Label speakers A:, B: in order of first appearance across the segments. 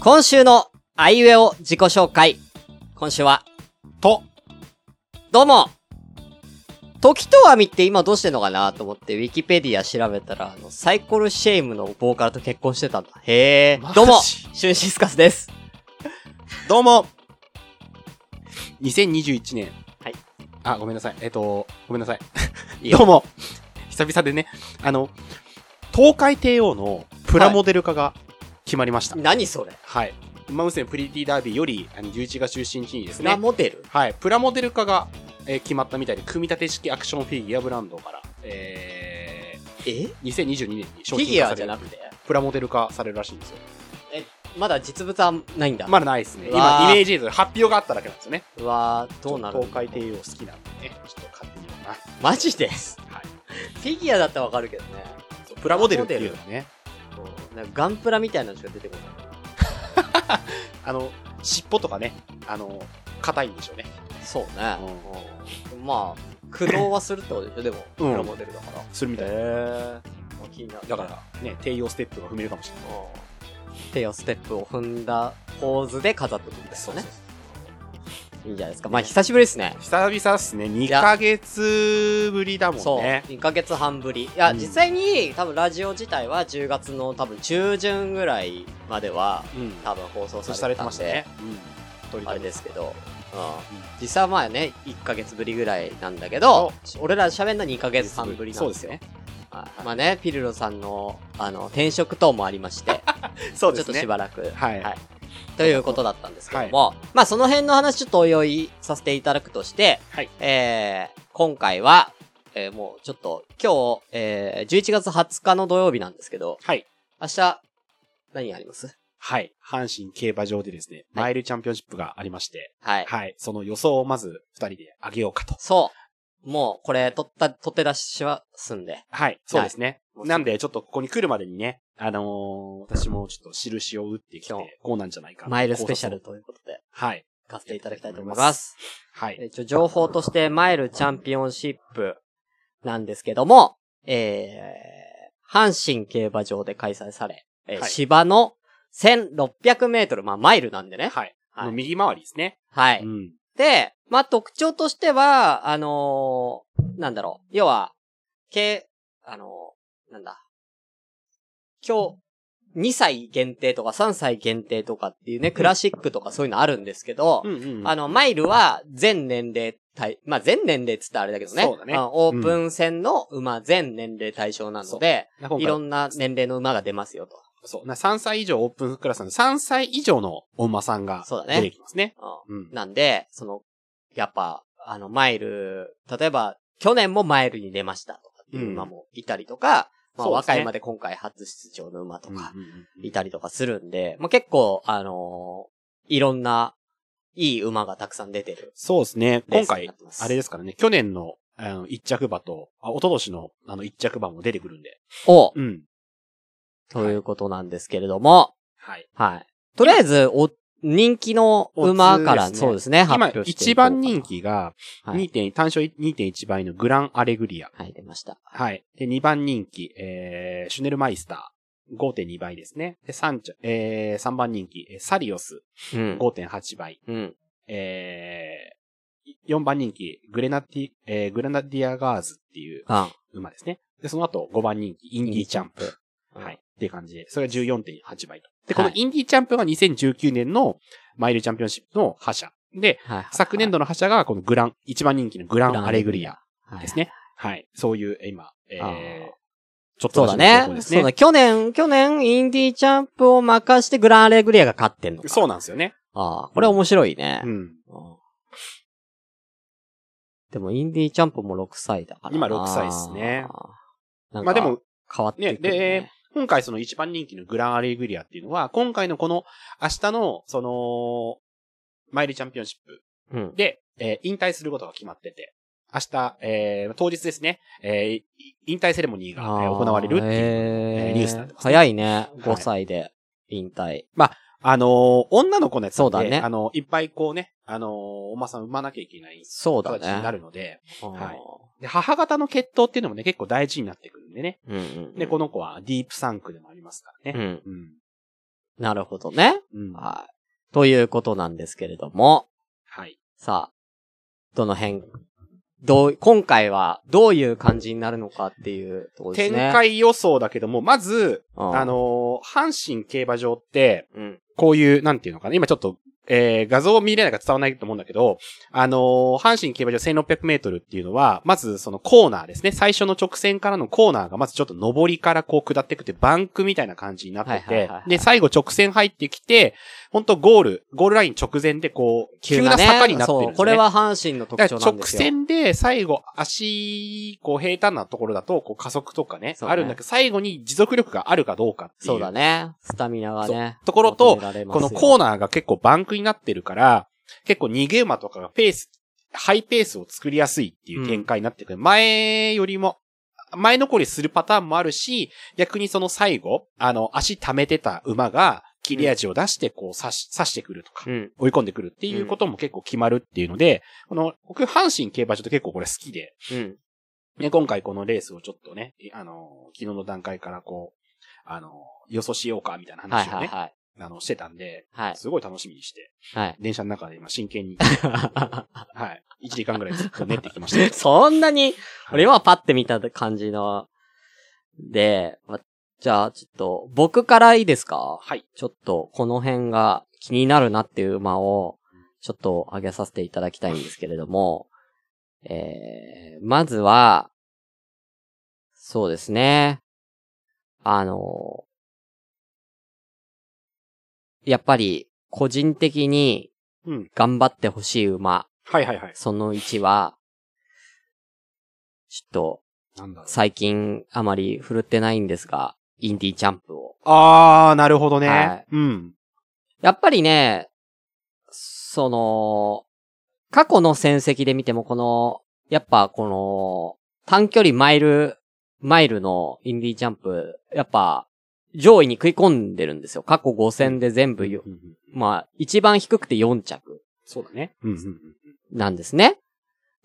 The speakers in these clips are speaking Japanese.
A: 今週のあいうえお自己紹介。今週は、
B: と、
A: どうも時とあみって今どうしてんのかなと思って、ウィキペディア調べたら、あの、サイコロシェイムのボーカルと結婚してたんだ。へ
B: マ
A: え。
B: ジ
A: どうもシュンシスカスです。
B: どうも !2021 年。
A: はい。
B: あ、ごめんなさい。えっと、ごめんなさい。
A: いいよ
B: どうも久々でね、あの、東海帝王のプラモデル化が決まりました。はい。
A: 何それ
B: 馬娘プリティダービーよりあの11月17日にです
A: プラ
B: ね、
A: モデル、
B: はい、プラモデル化が、えー決まったみたいで、組み立て式アクションフィギュアブランドから、え
A: え
B: ー、2022年に
A: フ
B: 商
A: ィ
B: 品
A: ギ
B: 化
A: ュ
B: さ
A: ア
B: れる
A: じゃなくて。
B: プラモデル化されるらしいんですよ。
A: まだ実物はないんだ。
B: まだないですね。
A: うわ
B: 今、
A: ー
B: イメージ映像で発表があっただけなんですよね。
A: うわー、どうなるんだ
B: 東海帝王好きなんでね、ちょっと買ってみようかな。
A: マジでフ
B: はい。
A: ィギュアだったらわかるけどね。
B: そうプラモデルっていうのはね、
A: こうなんかガンプラみたいなのしか出てこない。
B: あの、尻尾とかね、あの、硬いんでしょうね。
A: そうね。うんまあ、駆動はするってことでしょ、でも、プ
B: うん
A: ラモデルだから。
B: するみたいな。
A: へえ。気になる。
B: だから、ね、帝王ステップが踏めるかもしれない。
A: うん、手をステップを踏んだポーズで飾っておくんですよね。いいんじゃないですか。まあ、久しぶりですね。
B: 久々っすね、2ヶ月ぶりだも
A: そ
B: ん
A: う。
B: ね。
A: 2ヶ月半ぶり。いや、
B: うん
A: 実際に、多分ラジオ自体は10月の多分中旬ぐらいまでは、
B: うん。
A: 多分放送
B: そう
A: さ
B: さ
A: れ
B: れ
A: て
B: て
A: た
B: ま
A: ん
B: した
A: で
B: ね、。うん。撮り
A: あ
B: た
A: れ
B: い
A: ですけど。うん
B: うん
A: 実際はまあね、1ヶ月ぶりぐらいなんだけど、俺ら喋るの2ヶ月半ぶりなん
B: そう
A: で
B: ですす
A: よ
B: ね。。
A: はいまあね、ピルロさんの、あの、転職等もありまして、
B: そう
A: ちょっとしばらく、
B: はい。
A: はいということだったんですけども、まあその辺の話ちょっとおいおいさせていただくとして、
B: はい
A: えー、今回は、えーもうちょっと、今日、えー、11月20日の土曜日なんですけど、
B: はい。
A: 明日、何があります
B: はい。阪神競馬場でですね、マイルチャンピオンシップがありまして、
A: はい。
B: はい。その予想をまず二人であげようかと。
A: そう。もう、これ、取った、取って出しはすんで。
B: はい。そうですね。
A: はい
B: なんで、ちょっとここに来るまでにね、あのー私もちょっと印を打ってき
A: そう
B: て、こうなんじゃないかな
A: マイルスペシャル
B: 考
A: ということで、
B: 察をはい。
A: 行かせていただきたいと思い
B: や
A: ま
B: って
A: す。
B: はい。
A: えーちょ情報として、マイルチャンピオンシップなんですけども、えー、阪神競馬場で開催され、えー
B: はい
A: 芝の1600メートル、まあ、マイルなんでね。
B: はい。
A: はい
B: あの右回りですね。
A: はい。
B: うん。
A: で、まあ、特徴としては、あのーなんだろう。要は、け、あのーなんだ。今日、2歳限定とか3歳限定とかっていうね、クラシックとかそういうのあるんですけど、
B: うんうんうん。
A: あの、マイルは全年齢対、まあ、全年齢っつったらあれだけどね。
B: そうだね
A: あのオープン戦の馬全年齢対象なので、
B: 今回
A: いろんな年齢の馬が出ますよと。
B: そう。な3歳以上オープンクラスなんで、3歳以上のお馬さんが
A: そうだね
B: 出てきますね。
A: うん
B: うん。
A: なんで、その、やっぱ、あの、マイル、例えば、去年もマイルに出ましたとかっていう馬もいたりとか、まあ、
B: そうですね
A: 若いまで今回初出場の馬とか
B: う、んうんうんうん
A: いたりとかするんで、まあ、結構、あのーいろんな、いい馬がたくさん出てる。
B: そうですね。
A: レー
B: 今
A: スに
B: 回
A: なってま、す
B: あれですからね、去年の、あの、一着馬と、あ、おととしの、あの、一着馬も出てくるんで。
A: お
B: うん。
A: ということなんですけれども、
B: はい。
A: はい。とりあえず、お、人気の馬から、
B: おつですね
A: そうですね、発
B: 今、
A: 表して
B: 一
A: いこうか
B: 番人気が、
A: はい。
B: 2.1、単勝2.1倍のグランアレグリア。
A: はい、出ました。
B: はい。で、2番人気、えー、シュネルマイスター。5.2倍ですね。で、3着、えー、3番人気、えーサリオス。
A: うん。
B: 5.8倍。
A: うん。
B: えー、4番人気、グレナティ、えー、グレナディアガーズっていう
A: あ、
B: 馬ですね。で、その後、5番人気、インディーチャンプ。
A: うん
B: はい。。っていう感じで、それが14.8倍と。で、こ
A: はい
B: のインディーチャンプが2019年のマイルチャンピオンシップの覇者。で、
A: はい。
B: 昨年
A: 度
B: 度の覇者がこのグラン、一番人気のグランアレグリアです
A: ね。
B: ね。はい。そういう、え今、え
A: あ
B: ー、ちょっ
A: そう
B: と
A: だ
B: 前の情報
A: ね。
B: です
A: そうだ、去年、去年、インディーチャンプを任してグランアレグリアが勝ってんのか。
B: そう
A: な
B: なんですよね。
A: ああ、これ面白いね
B: う。ん。
A: うんでも、インディーチャンプも6歳だからな。
B: 今6歳っすね
A: なんか。
B: まあでも、
A: 変わっていく、ね。
B: ねで今回その一番人気のグランアレグリアっていうのは、今回のこの明日の、その、マイルチャンピオンシップ
A: うん。
B: で、えー引退することが決まってて、明日、えー当日ですね、えーい引退セレモニーがえー行われるっていう。
A: え
B: えーニュースになってますね
A: 早いね。
B: い
A: 5歳で引退。
B: あのー女の子のやつなんで
A: そうだね
B: あのーいっぱいこうね、あのーおまさん産まなきゃいけない
A: そう
B: 人
A: だ
B: たちにな
A: ね。
B: るので、
A: はい
B: い。で母方の血統っていうのもね、結構大事になってくるんでね。
A: うんうんうん。
B: で、この子はディープサンクでもありますから
A: う
B: ね。
A: ん。
B: うん。
A: なるほどね。
B: うん。は
A: はい。ということなんですけれども、
B: い。
A: さあ、どの辺、どう、今回はどういう感じになるのかっていうところです
B: 展
A: ね。、
B: 開予想だけども、まず、
A: うん、
B: あ、のー阪神競馬場って、
A: うん。
B: こういう、なんていうのかな、今ちょっと、えー、画像を見れないから伝わらないと思うんだけど、あのー阪神競馬場1600メートルっていうのは、まずそのコーナーですね。最初の直線からのコーナーが、まずちょっと上りからこう下ってくってバンクみたいな感じになって
A: はいは
B: て
A: いはいは、い
B: で、最後直線入ってきて、本当ゴール、ゴールライン直前でこう、急な
A: ね
B: 坂になってるんですよ、ね
A: そう、これは阪神の特
B: だ
A: 徴
B: から
A: なん
B: 直
A: ですよ。
B: 線で最後足、こう平坦なところだと、こう加速とかね、
A: そうね
B: あるんだけど、最後に持続力があるかどうかっていう。
A: そうだね。スタミナがね。
B: ところ
A: 求
B: と
A: められます
B: こ
A: よ
B: のコーナーが結構バンクになってるから、結構逃げ馬とかがペース、ハイペースを作りやすいっていう展開になってくる。前よりも、前残りするパターンもあるし、逆にその最後、あの、足溜めてた馬が切れ味を出して、こう、刺し、刺してくるとか、
A: うん。
B: 追い込んでくるっていうことも結構決まるっていうので、この、僕、阪神競馬場って結構これ好きで、
A: うん。
B: ね、今回このレースをちょっとね、あの、昨日の段階からこう、あの、予想しようかみたいな
A: は
B: 話
A: い
B: をね、
A: はいはい。
B: あの、してたんで、
A: はい。
B: すごい楽しみにして、
A: はい。
B: 電車の中 で今真剣に、はい、1時間ぐらいずっと練ってきましたけ ど。
A: そんなに、俺はパッて見た感じの。で、まじゃあ、ちょっと、僕からいいですか
B: はい。
A: ちょっと、この辺が気になるなっていう馬を、ちょっと上げさせていただきたいんですけれども、えー、まずは、そうですね。あの、やっぱり、個人的に
B: うん。
A: 頑張ってほしい馬、
B: はいはいはい。
A: その1は、ちょっと、
B: なんだろう。
A: 最近あまり振るってないんですが、インディーチャンプを。
B: あー、なるほどね。
A: はい
B: うん。
A: やっぱりね、その、過去の戦績で見てもこの、やっぱこの、短距離マイル、マイルのインディーチャンプ、やっぱ、上位に食い込んでるんですよ。過去5戦で全部よ、
B: うんうん
A: まあ、一番低くて4着
B: そうだね。うんうんうん。
A: なんですね。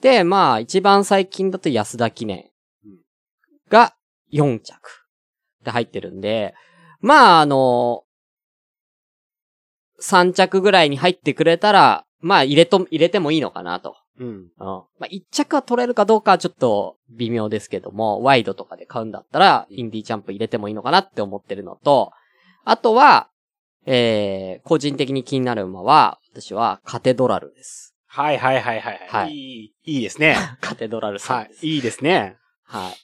A: で、まあ、一番最近だと安田記念
B: うん
A: が4着で入ってるんで、まあ、あの、3着ぐらいに入ってくれたら、まあ、入れと、入れてもいいのかなと。
B: うん。
A: うん。まあ、1着は取れるかどうかはちょっと微妙ですけども、ワイドとかで買うんだったら、インディーチャンプ入れてもいいのかなって思ってるのと、あとは、えー、個人的に気になる馬は、私はカテドラルです。
B: はいはいはいはい。
A: はい
B: いい、いい ですね。
A: カテドラルさん
B: は
A: です。
B: い。いいですね。
A: はい。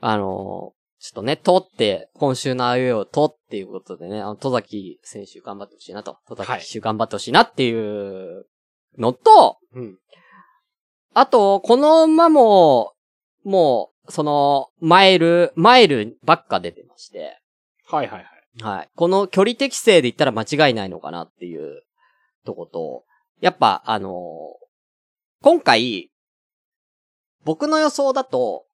A: あのーちょっとね、とって、今週のあゆえをとっていうことでね、あの、戸崎選手頑張ってほしいなと、戸
B: はい
A: 崎選手頑張ってほしいなっていうのと、
B: うん。
A: あと、この馬も、もう、その、マイル、マイルばっか出てまして、
B: はいはいはい。
A: はい。この距離適正で言ったら間違いないのかなっていうとこと、やっぱ、あのー今回、僕の予想だと、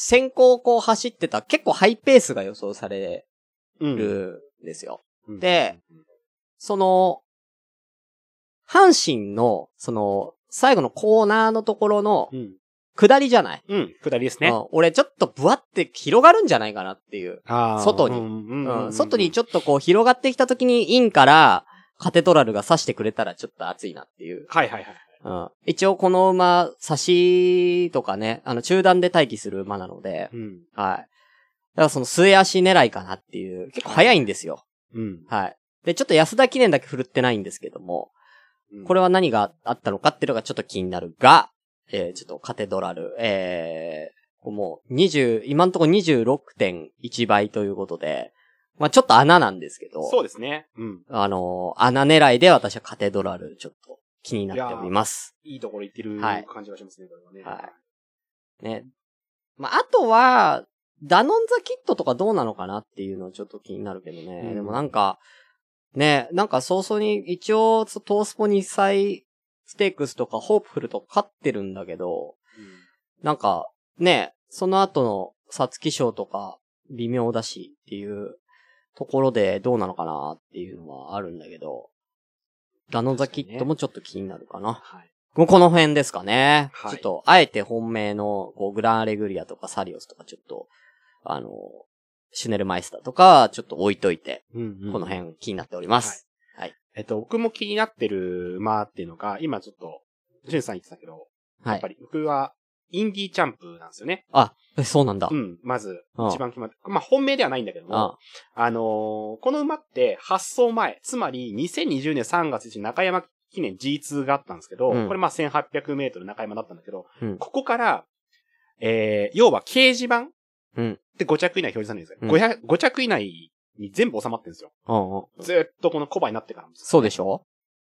A: 先行をこう走ってた結構ハイペースが予想され
B: う。
A: るんですよ。
B: うん
A: で、その、阪神の、その、最後のコーナーのところの
B: うん。
A: 下りじゃない、
B: うん。下りですね
A: う。ん俺ちょっとブワって広がるんじゃないかなっていう。
B: あー
A: 外に
B: うんうんうんう
A: うんん、外にちょっとこう広がってきた時にインからカテトラルが刺してくれたらちょっと熱いなっていう。
B: はいはいはい。
A: うん、一応この馬、刺しとかね、あの中段で待機する馬なので、
B: うん。
A: はい。だからその末足狙いかなっていう、結構早いんですよ。
B: うん。
A: はい。で、ちょっと安田記念だけ振るってないんですけども、これ
B: は、
A: は何があったのかっていうのがちょっと気になるが、えー、ちょっとカテドラル、えー、もう20、今んところ26.1倍ということで、まあちょっと穴なんですけど、
B: そうですね。うん。
A: あのー穴狙いで私はカテドラルちょっと気になっております。
B: いいところ行ってる
A: はい
B: 感じがしますね、これはね。
A: はいね。まあ、あとは、ダノンザキットとかどうなのかなっていうのはちょっと気になるけどね。
B: うん
A: でもなんか、ね、なんか早々に一応、トースポ2歳ステークスとかホープフルとか勝ってるんだけど、なんか、ね、その後のサツキ賞とか微妙だしっていうところでどうなのかなっていうのはあるんだけど、ダノンザキットもちょっと気になるかな。
B: はい。
A: もうこの辺ですかね。
B: はい
A: ちょっと、あえて本命の、こう、グランアレグリアとかサリオスとかちょっと、あの、シュネルマイスターとか、ちょっと置いといて、
B: うんうん
A: この辺気になっております。
B: えっと、僕も気になってる馬っていうのが、今ちょっと、ジュンさん言ってたけど、
A: は
B: やっぱ
A: い。
B: り僕は、インディーチャンプなんですよね。
A: えそうなんだ。
B: うん、まず、
A: うん
B: 一番決まって、まあ本命ではないんだけども、
A: あ
B: あのーこの馬って発送前、つまり2020年3月1日中山記念 G2 があったんですけど、
A: うん
B: これまあ1800メートル中山だったんだけど、
A: うん
B: ここから、えー、要は掲示板
A: うん
B: で5着以内表示されるんですよ、
A: うん
B: 500 5着以内に全部収まってるんですよ。
A: うんうん
B: ずーっとこのコバになってからも。
A: そうでしょ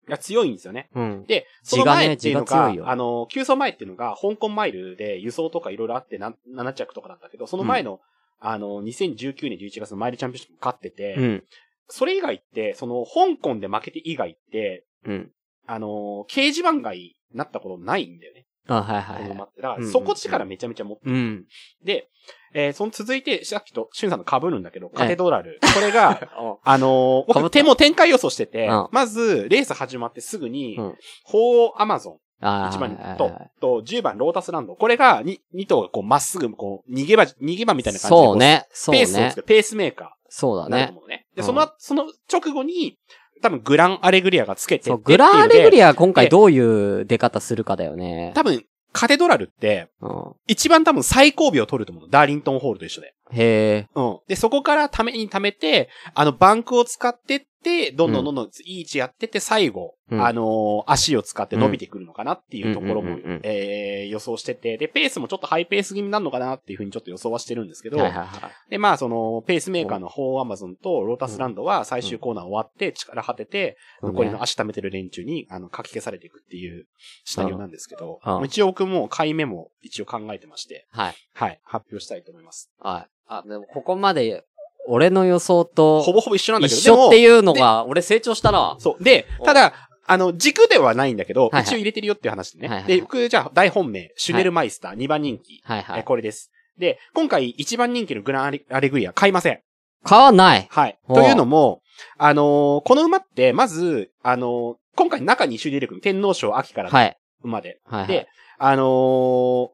B: いや強いんですよね。
A: うん。
B: で、そ
A: 字
B: の
A: がね
B: 前っていうのが、
A: 字が強いよ
B: あの、急走前っていうのが、香港マイルで輸送とかいろいろあってな7着とかだったけど、その前の、あの、2019年11月のマイルチャンピオンシップ勝ってて、
A: うん。
B: それ以外って、その、香港で負けて以外って、
A: うん。
B: あの、掲示板外になったことないんだよね。
A: あ、はいは
B: こ
A: い
B: の
A: はい。
B: 馬って。だか
A: うん
B: ら、
A: うん
B: そこ力めちゃめちゃ持って
A: うん。
B: で、えーその続いて、さっきと、シュンさんの被るんだけど、カテドラル。これが、あのー
A: 被った
B: 僕、手も展開予想してて
A: うん、
B: まず、レース始まってすぐに
A: うん、
B: 鳳凰アマゾン、
A: あ
B: 1
A: ー
B: 番と、と、10番ロータスランド。これが2、2頭がこう、まっすぐ、こう、逃げ場、逃げ場みたいな感じで。
A: そうね。
B: こ。
A: そうう
B: ペースを
A: ね
B: つけ。る、ペースメーカ
A: そう
B: ー
A: だ
B: になると
A: ね。
B: 思うね。で、
A: うん
B: その、その直後に、多分グランアレグリアがつけてって
A: そ、
B: いううので。
A: グランアレグリア今回どういう出方するかだよね。
B: 多分、カテドラルって、
A: うん。
B: 一番多分最後尾を取ると思うの。ダーリントンホールと一緒で。
A: へえ。
B: うん。で、そこからために貯めて、あの、バンクを使ってって、どんどんどんどんいい位置やってって、最後、
A: うん
B: あのー足を使って伸びてくるのかなっていうとこ
A: う
B: ろも、
A: んうんうんうん
B: えー予想してて、で、ペースもちょっとハイペース気味になるのかなっていうふうにちょっと予想はしてるんですけど、
A: はいはいはい。
B: で、まあ、その、ペースメーカーのホーアマゾンとロータスランドは最終コーナー終わって力果てて、残りの足貯めてる連中に、あの、かき消されていくっていうシナリオなんですけど、
A: うんうん
B: 一応僕も買い目も一応考えてまして、
A: はい。
B: はい、発表したいと思います。
A: はい。あ、でもここまで、俺の予想と
B: ほぼほぼ一緒なんだけ
A: 一
B: ど、でも
A: 緒っていうのが、俺成長したな。は
B: そう。で
A: お、
B: ただ、あの、軸ではないんだけど、
A: はいはい
B: 一応入れてるよっていう話でね。
A: はいはい
B: で、僕、じゃあ、大本命、シュネルマイスター、2番人気、
A: いは
B: え
A: い。
B: これです。で、今回、1番人気のグランアレアレグリア、買いません。
A: 買わない。
B: はい。
A: お
B: というのも、あのーこの馬って、まず、あのー今回中に一周出てくる。天皇賞秋からの
A: はい。
B: 馬で。
A: はい、はい
B: で。あのー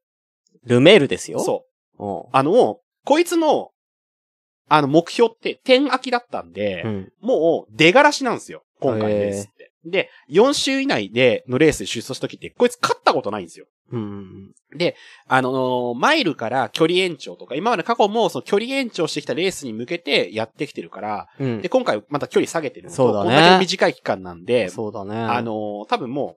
A: ルメールですよ。
B: そう。
A: う
B: あのもう、こいつの、あの、目標って、天秋だったんで、
A: ん。うん。
B: もう出がらしなんですよ。今回のレースって。で、4週以内でのレースで出走した時って、こいつ勝ったことないんですよ。
A: うん。
B: あのーマイルから距離延長とか、今まで過去もその距離延長してきたレースに向けてやってきてるから、
A: うん
B: で、。今回また距離下げてるのと
A: そうだね
B: こんだけ短い期間なんで、
A: そうだね。
B: あ、のー多分もう、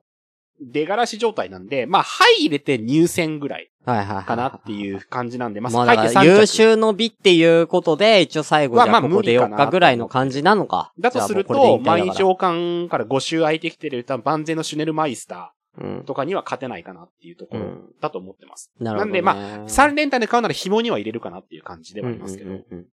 B: 出がらし状態なんで、まあ、入れて入選ぐらい
A: はいはいはい。
B: かなっていう感じなんで、まあ、
A: まあ、
B: 入
A: だ
B: って
A: から優
B: 3着。
A: 秀の美っていうことで、一応最後じ
B: は
A: ゃあ
B: ま
A: こ
B: あ
A: こで
B: 無理か
A: 4
B: な
A: 日ぐらいの感じなのか。
B: だとする
A: じゃあも
B: と、
A: うこれで引
B: 毎
A: 退だ
B: 日王冠から5週空いてきてる多分万全のシュネルマイスター。
A: からうん。
B: とかには勝てないかなっていうとこ
A: う
B: ろ
A: ん
B: だと思ってます。
A: なるほど、ね。
B: んで
A: ま
B: 三3連単で買うなら紐には入れるかなっていう感じではありますけど。
A: うんうんうんうん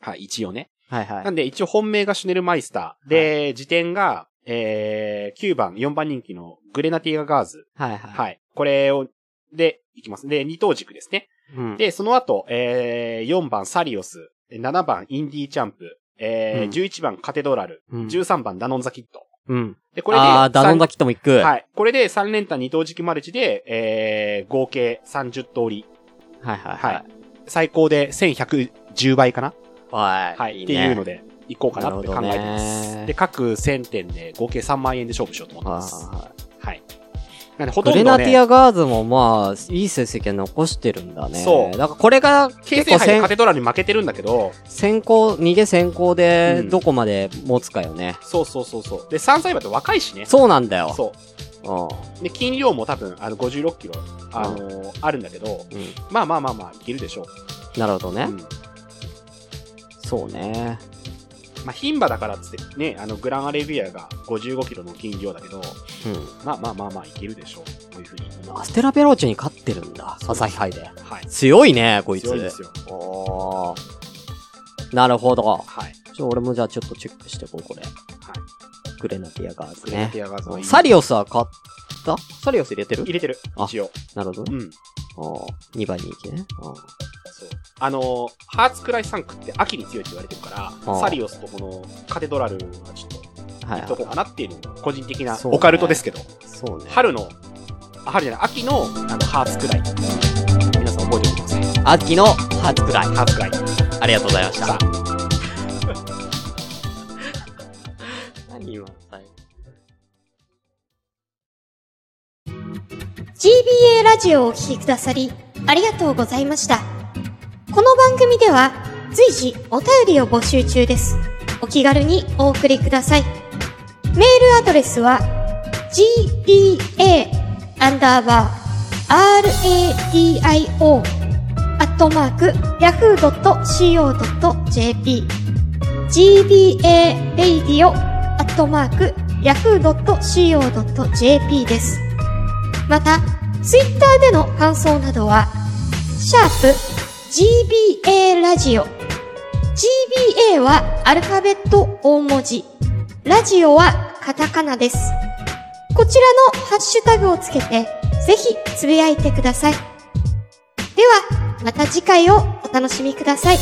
B: はい、一応ね。
A: はいはい
B: な。んで一応本命がシュネルマイスター。で、時点が、えー、9番、4番人気のグレナティガガーズ。
A: はいはい。
B: はい。これを、で、いきます。で、二等軸ですね。
A: うん、
B: で、その後、えー、4番サリオス。7番インディーチャンプ。えー
A: うん
B: 11番カテドラル。
A: うん、
B: 13番ダノンザキット。
A: うん。
B: で、これで、
A: ああ、ダノン
B: 三
A: ダキットも行く。
B: はい。これで3連単二等軸マルチで、えー、合計30通り。
A: はいはいは
B: はいい。。最高で1110倍かな
A: はい。
B: はい。っ
A: ね
B: ていうので、いこうかなって考えてま
A: なるほどね
B: す。で、各1000点で合計3万円で勝負しようと思って
A: は
B: ま
A: い
B: す。
A: はい
B: はい。なんで、ほと
A: グ
B: ん
A: レ
B: ど
A: ナティ
B: ね、
A: アガーズもまあ、いい成績は残してるんだね。
B: そう
A: だからこれが
B: 形
A: 結構
B: 成杯で
A: 先
B: カテドラに負けてるんだけど、
A: 先行、逃げ先行で
B: うん
A: どこまで持つかよね。
B: そうそうそうそう。で、3歳馬って若いしね。
A: そうなんだよ。。
B: そう
A: ん。
B: で、筋量も多分、あの、56キロ、あのーあるんだけど、
A: うん。
B: まあまあまあまあ、いけるでしょう。
A: なるほどね。
B: うん
A: そうね。
B: まあ、牝馬だからっつってね、あの、グランアレビアが55キロの金量だけど、
A: うん。
B: まあまあまあまあ、いけるでしょう。というふうに思いま
A: ア
B: す。
A: ステラベローチェに勝ってるんだ。朝日杯で。
B: はい。
A: 強いね、こいつ。
B: 強いですよ。
A: おーなるほど。
B: はい。
A: ちょ、俺もじゃあちょっとチェックしてこう、これ。グレナティアガーズ
B: グレナ
A: ね
B: テ。ィアガーズはいい
A: サリオスは買ったサリオス入れてる
B: 入れてる。
A: あ
B: 一応。
A: なるほど
B: う
A: ね。
B: ん。
A: 2番人気ね。あー
B: そう。あのー、ハーツクライサンクって秋に強いって言われてるから、
A: あ
B: サリオスとこのカテドラルはちょっと、
A: はい
B: いっとこうかなっていうのも個人的な
A: そうね
B: オカルトですけど、
A: そうね。
B: 春の、あ春じゃない、秋のあのハーツクライ。皆さん覚えておいてください。
A: 秋の初くらい。
B: ハーツクライ。
A: ありがとうございました
B: さ。
A: 何今の最後
C: GBA ラジオをお聴きくださり、ありがとうございました。この番組では、随時お便りを募集中です。お気軽にお送りください。メールアドレスは、gba, アンダーバー、radio, アットマーク、yahoo.co.jp gba, radio, アットマーク、yahoo.co.jp です。また、ツイッターでの感想などは、シャープ GBA ラジオ。GBA はアルファベット大文字。ラジオはカタカナです。こちらのハッシュタグをつけて、ぜひつぶやいてください。では、また次回をお楽しみください。